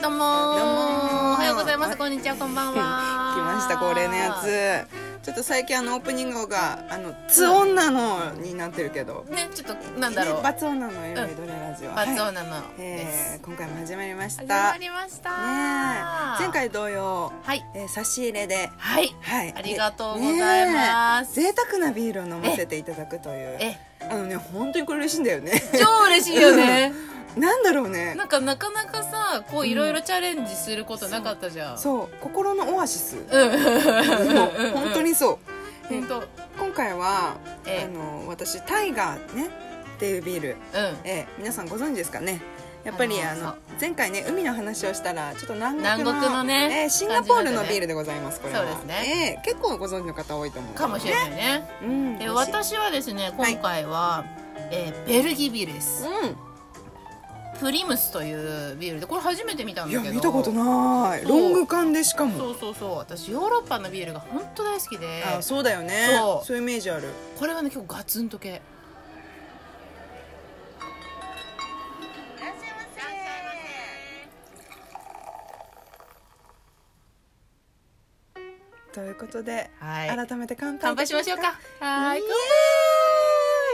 どうもどうもおはようございますこんにちはこんばんは 来ました恒例のやつちょっと最近あのオープニングがあの「つ女の」になってるけど、ねちょっとなんだろうバツ女のよりどれラジオ、バツはい女のです、えー今回も始まりました始まりましたねえ前回同様、はいえー差し入れではいはいありがとうございますねえ贅沢なビールを飲ませていただくというえあのね本当にこれ嬉しいんだよね 超嬉しいよねなんだろうねなんかなかなかさこういろいろチャレンジすることなかったじゃんそう心のオアシスもうんう本当にそう本当今回は、ええあの私タイガーねっていうビール、うええ皆さんご存知ですかねやっぱりああのの前回ね海の話をしたらちょっと南国の南国のねええシンガポ感ールのじだったねビールでございますこれはそうですね、ええ結構ご存知の方多いと思うんかもしれないねれない、うん、で美味しい私はですね今回は、えーベルギービールですプリムスというビールでこれ初めて見たうんんいだやけど見たことないそうロング缶でしかもそうそうそう私ヨーロッパのビールが本当大好きであそうだよねそういうイメージあるこれはね結構ガツンと系ということで、はい改めて乾杯乾杯しましょうかはーいイエー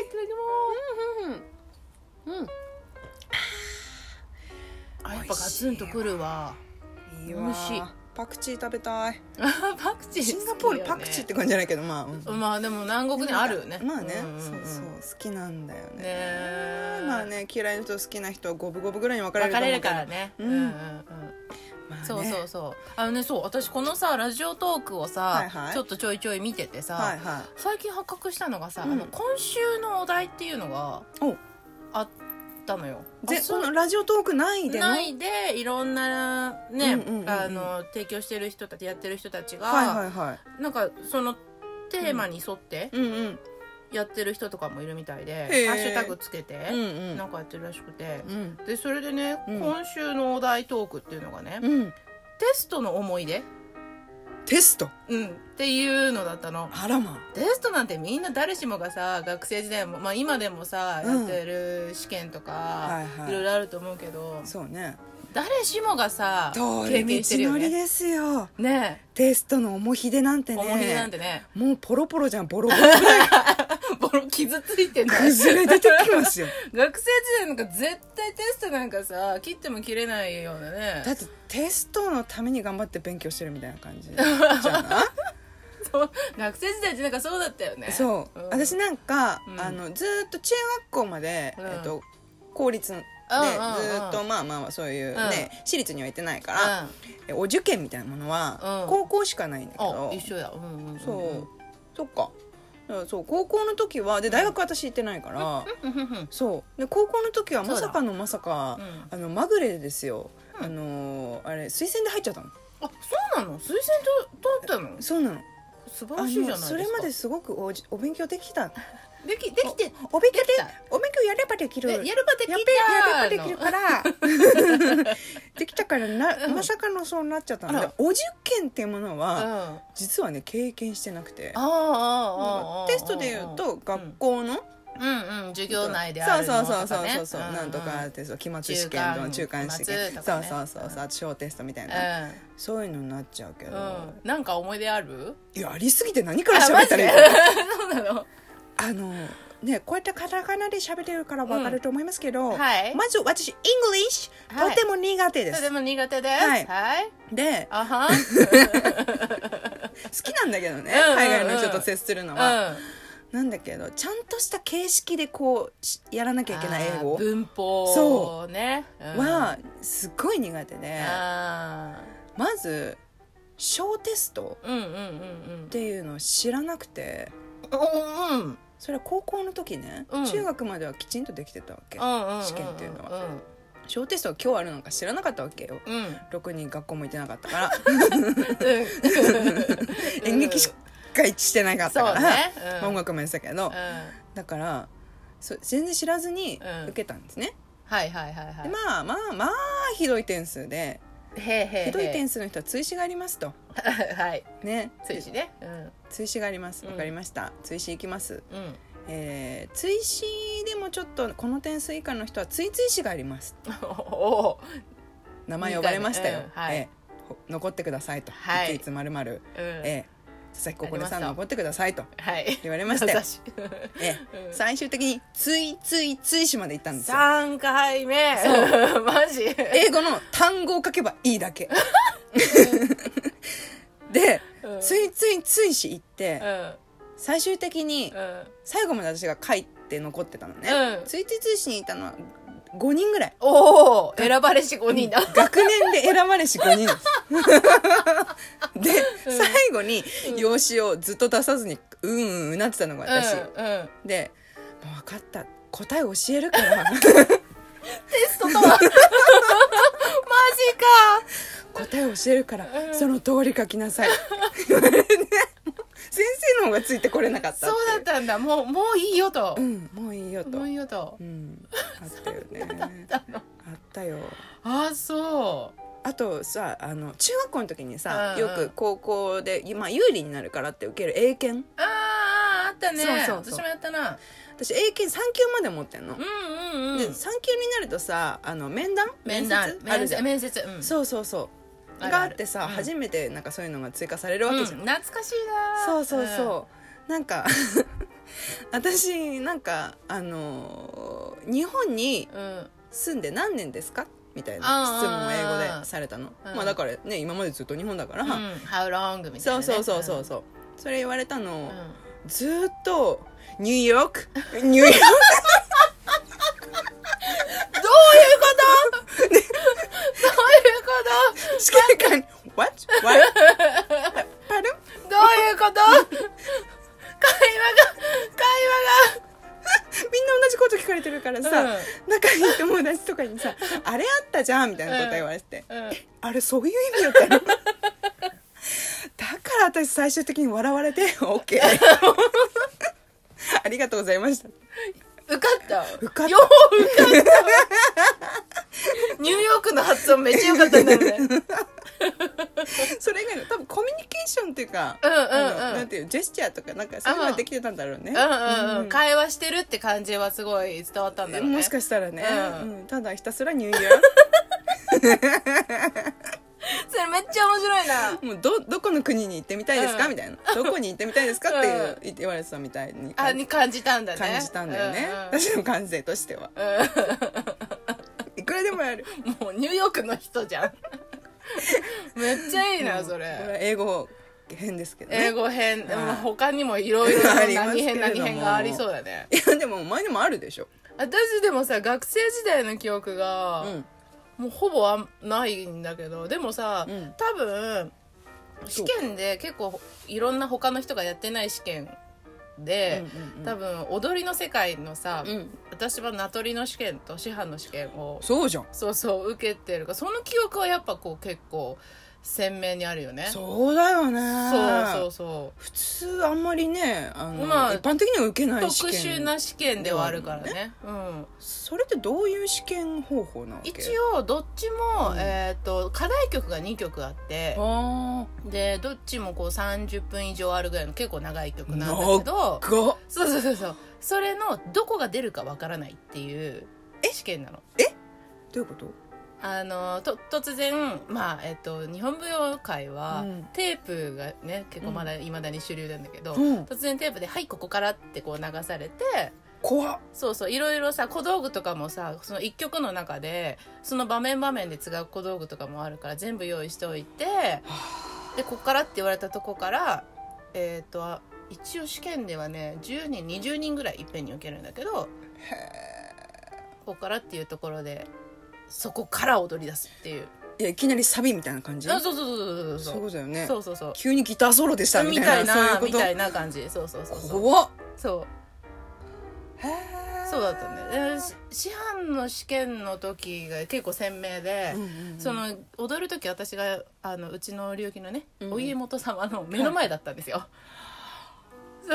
イいただきうんうんますあやっぱガツンとくるわ いいわ美味しいパクチー食べたいあパクチー好きシよねンガポールパクチーって感じじゃないけどまあ、うんまあでも南国にあるよねまあね、んんんそうそう好きなんだよねねえまあね嫌いな人好きな人は五分五分ぐらいに分かれ別れると思うるけどからねううんんうんうんまあねそうそうそうあのねそう私このさラジオトークをはいさはいちょっとちょいちょい見ててはさいはい最近発覚したのがさあうんの今週のお題っていうのがおあったのよであそうこのラジオトークないでのないでいろんなねうんうんうんうんあの提供してる人たちやってる人たちはいはがいはいなんかそのテーマに沿ってうんうんやってる人とかもいるみたいでへーハッシュタグつけてうんうなんんかやってるらしくてうんでそれでねうん今週のお題トークっていうのがねうんテストの思い出テストうん、っていうのだったのあらまテストなんてみんな誰しもがさ学生時代も、まあ、今でもさ、うんやってる試験とか、はいいはいろいろあると思うけどそうね誰しもがさ通経り験してる道よのりねですよねテストの重ひでなんてえね思い出なんてねもうポロポロじゃんボロボロぐ らいボロ傷ついてない崩れ出てきますよ 学生時代なんか絶対テストなんかさ切っても切れないようなだねってテストのために頑張って勉強してるみたいな感じじゃない そう 学生時代ってなんかそうだったよねそう、ん私なんか、うんあのずーっと中学校まで、うんえっと公立でずうんうんうんーっとまあまあそういううんね、私立には行ってないかうら、えお受験みたいなものはうん高校しかないんだけんどあ、一緒だうんうんうんそう、 そっかだからそう高校の時はで大学私行ってないから、うんうんうんそうで高校の時はそうだまさかのまさか、うんあのまぐれですよ、うんあのーあれ推薦で入っちゃったのあそうなの推薦と通ったのそうなの素晴あのらしいじゃないですかそれまですごくおじお勉強できたできできてお勉強でできたお勉強やればできるややるばできたやっのべやればできるから できたからなまさかのそうなっちゃったのあでらお受験っていうものうん、はあ実はね経験してなくてああああああテストでいうと学校のうんうん授業内であそうるそのうとそうかそうねそうそうなんとかテスト期末試験の中中間間試験期末とそかうねそうそうそうあと小テストみたいなうそういうのになっちゃうけどんうん、うん、なんか思い出あるいやありすぎて何から喋ったらいいあのマジでそうなのあのねこうやってカタカナで喋れるから分かると思いますけど、んはいまず私イングリッシはュいとても苦手でとす、ても苦手ですははいい、であ はん好きなんだけどね、うんうんうん海外の人と接するのは、うんなんだけどちゃんとした形式でこうしやらなきゃいけない英あ語ー文法そね、うん、はすっごい苦手であまず小テストーうんうんうんうんっていうのを知らなくてうんうんそれは高校の時ね、うん中学まではきちんとできてたわけ、うんうん試験っていうのは小テストが今日あるのか知らなかったわけ ようん、うんろくに学校も行ってなかったからうん演劇しかしてなかったそかうら、ね、うん、音楽もやってたけど、うんだからそう全然知らずにうん受けたんですね、はいはいはいはいでまあまあまあひどい点数でへーへーへーひどい点数の人は追試がありますとはいね追試ねうん追試がありますうんわかりました、追試行きます、うん えー、追試でもちょっとこの点数以下の人は追追試がありますおお名前呼ばれましたよ、うんはいええほ残ってくださいと、はいいついつまるまるうんええ佐々木心さありましんた残ってくださいとはい言われましたよ優しいええ最終的についついついしまで行ったんですよ3回目 マジ英語の単語を書けばいいだけで、うんついついついし行って、うん最終的にうん最後まで私が書いて残ってたのね、うんついついついしに行ったのは5人ぐらいおお選ばれし5人だ学年で選ばれし5人ですで、最後に用紙をずっと出さずにうんうんうなってたのが私、うんうんで「もう分かった答え教えるから」テストとは マジか答え教えるから、うんその通り書き なさい先生の方がついてこれなかったそっうてだったんだもうもういいよと、うんもういいよともういいよとうんあったよね だのあったよああそうあとさあの中学校の時にさ、うんうんよく高校で、まあ、有利になるからって受ける英検あああったねそうそうそう私もやったな私英検3級まで持ってんの、うんうんうんで3級になるとさあの面談面談接ある面じゃ接ん面接うんそうそうそうあるあるがあってさ、うん初めてなんかそういうのが追加されるわうけんじゃん懐かしいなそうそうそう、なんか 私なんかあのー日本にうん、うん住んで何年ですかみたいなあー質問を英語でされたの、うんまあだからね今までずっと日本だから、うん、How long? みたいそな、うね、そうそうそうそうそれ言われたのを、うん、うんずーっと「ニューヨークニューヨーク」どういう ことどういうこ試験官に「What? What? パルとどういうこと会話が会話がみんな同じこと聞かれてるからさ、う仲いい友達とかにさ「あれあったじゃん」みたいなこと言われてて、うんえあれそういう意味 だったのだから私最終的に笑われて OK ありがとうございました受かった受かったよう受かったニューヨークの発音めっちゃ良かったんだよねそれ以外の多分コミュニケーションっていうか、うんうんうんあのなんていうジェスチャーとかなんかそういうのができてたんだろうね、うんうんうん会話してるって感じはすごい伝わったんだろうねもしかしたらね、ううんんただひたすらニューイヤ それめっちゃ面白いなーもうどどこの国に行ってみたいですか、うんみたいなどこに行ってみたいですかっていううん、言って言われてたみたいにあ感じに感じたんだね感じたんだよね、私の感性としてはうんうんうんいくらでもやるもうニューヨークの人じゃんめっちゃいいなそこれれは英語編ですけどね英語編、はいまあ他にもいろいろ あります何けれ編ども何編がありそうだねいやでもお前にもあるでしょ、私でもさ学生時代の記憶が、うん、もうほぼあんないんだけどでもさ、うん多分試そう験で結構いろんな他の人がやってない試験で、うんうんうん多分踊りの世界のさ、うん私は名取の試験と師範の試験をそうじゃんそうそう受けてるからその記憶はやっぱこう結構鮮明にあるよねそうだよねそうそうそう普通あんまりねあの、まあ一般的には受けない試特験殊な試験ではあるからねうん、それってどういう試験方法なわけ一応どっちも、えー、と課題曲が2曲あってあでどっちもこう30分以上あるぐらいの結構長い曲なんだけどあがそうそうそうそうそれのどこが出るかわからないっていう試験なのどういうことあのと突然まあえっと日本舞踊界は、うんテープがね結構まだいまだに主流なんだけど、うん突然テープで「はいここから」ってこう流されて怖っそうそういろいろさ小道具とかもさその一曲の中でその場面場面で違う小道具とかもあるから全部用意しておいてでここからって言われたとこからえっ、とあ一応試験ではね10人20人ぐらいいっぺんに受けるんだけどここからっていうところでそこから踊り出すっていういやいきなりサビみたいな感じあそうそうそうそうそうそうだよねそうそうそう急にギターソロでしたみみたたいいななそういみたういな感じそうそうそうことそう怖っそうへえそうだったんだよでし師範の試験の時が結構鮮明で、うんうんうんその踊る時私があのうちの領域のね、うんうんお家元様の目の前だったんですよ、 そ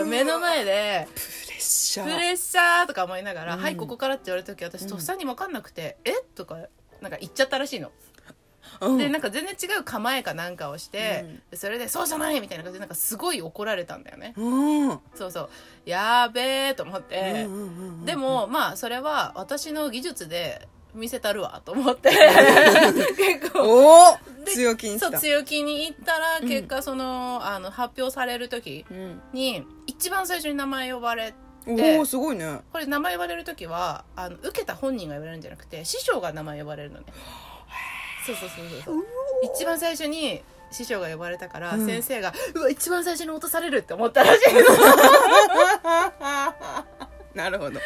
う目の前でプレッシャプーレッシャーとか思いながら「うんはいここから」って言われた時私とっさに分かんなくて「えとかなんか言っちゃったらしいの、うんでなんか全然違う構えかなんかをして、うんでそれで「そうじゃない!」みたいな感じでなんかすごい怒られたんだよね、うんうんそうそうやーべえと思って、うんうんうんでもまあそれは私の技術で見せたるわと思って 結構おおで強気にそしうた強気に言ったらん結果その,、あの発表される時うんに一番最初に名前呼ばれおでおすごいねこれ名前呼ばれる時はあの受けた本人が呼ばれるんじゃなくて師匠が名前呼ばれるのねそうそうそうそうそう一番最初に師匠が呼ばれたから、うん先生が「うわ一番最初に落とされる」って思ったらしいの なるほど、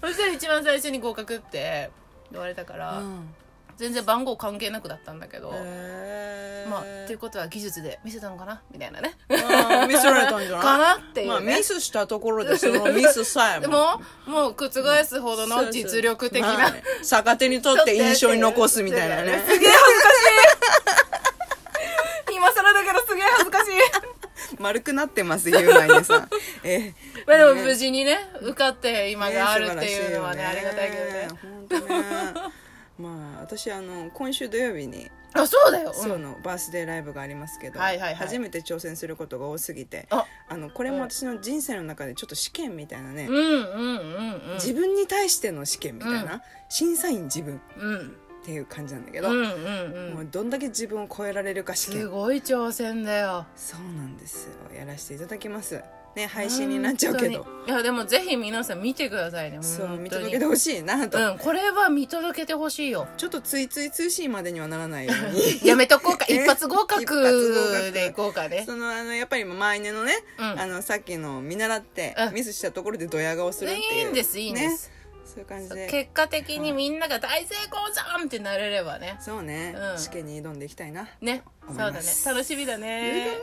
そしたら一番最初に合格って言われたから、うん全然番号関係なくだったんだけど、へーまあっていうことは技術で見せたのかなみたいなねあー見せられたんじゃないかなっていう、ねまあ、ミスしたところでその ミスさえもでももう覆すほどの実力的まあなね逆手にとって印象に残すみたいな ねすげえ恥ずかしい今更だけどすげえ恥ず かしい丸くなってますゆうまい ねさんえまあでも無事にね受かってえ今があるっていうのはねありがたいけどねどね本当ねまあ私あの今週土曜日にあそうだようんそうのバースデーライブがありますけど、はいはいはい初めて挑戦することが多すぎてああのこれも私の人生の中でちょっと試験みたいなね、うんうんうんうん自分に対しての試験みたいな、う審査員自分っうんていう感じなんだけうど、んうんもううんどんだけ自分を超えられるか試す験ごい挑戦だよそうなんですよやらせていただきますね配信になっちゃうけど本当にいやでもぜひ皆さん見てくださいねそう見本当届にけてほしいなと、うんこれは見届けてほしいよちょっとついつい通信までにはならないよう にやめとこうかえ一発合一発合格格でいこうかねそのあのやっぱり毎年のね、うんあのさっきの見習ってうんミスしたところでドヤ顔するっていいいうんですいいんです、ね、そういう感じで結果的にみんなが大成功じゃんってなれればねそうね、うん試験に挑んでいきたいなね思そいうまだすね楽しみだね頑張る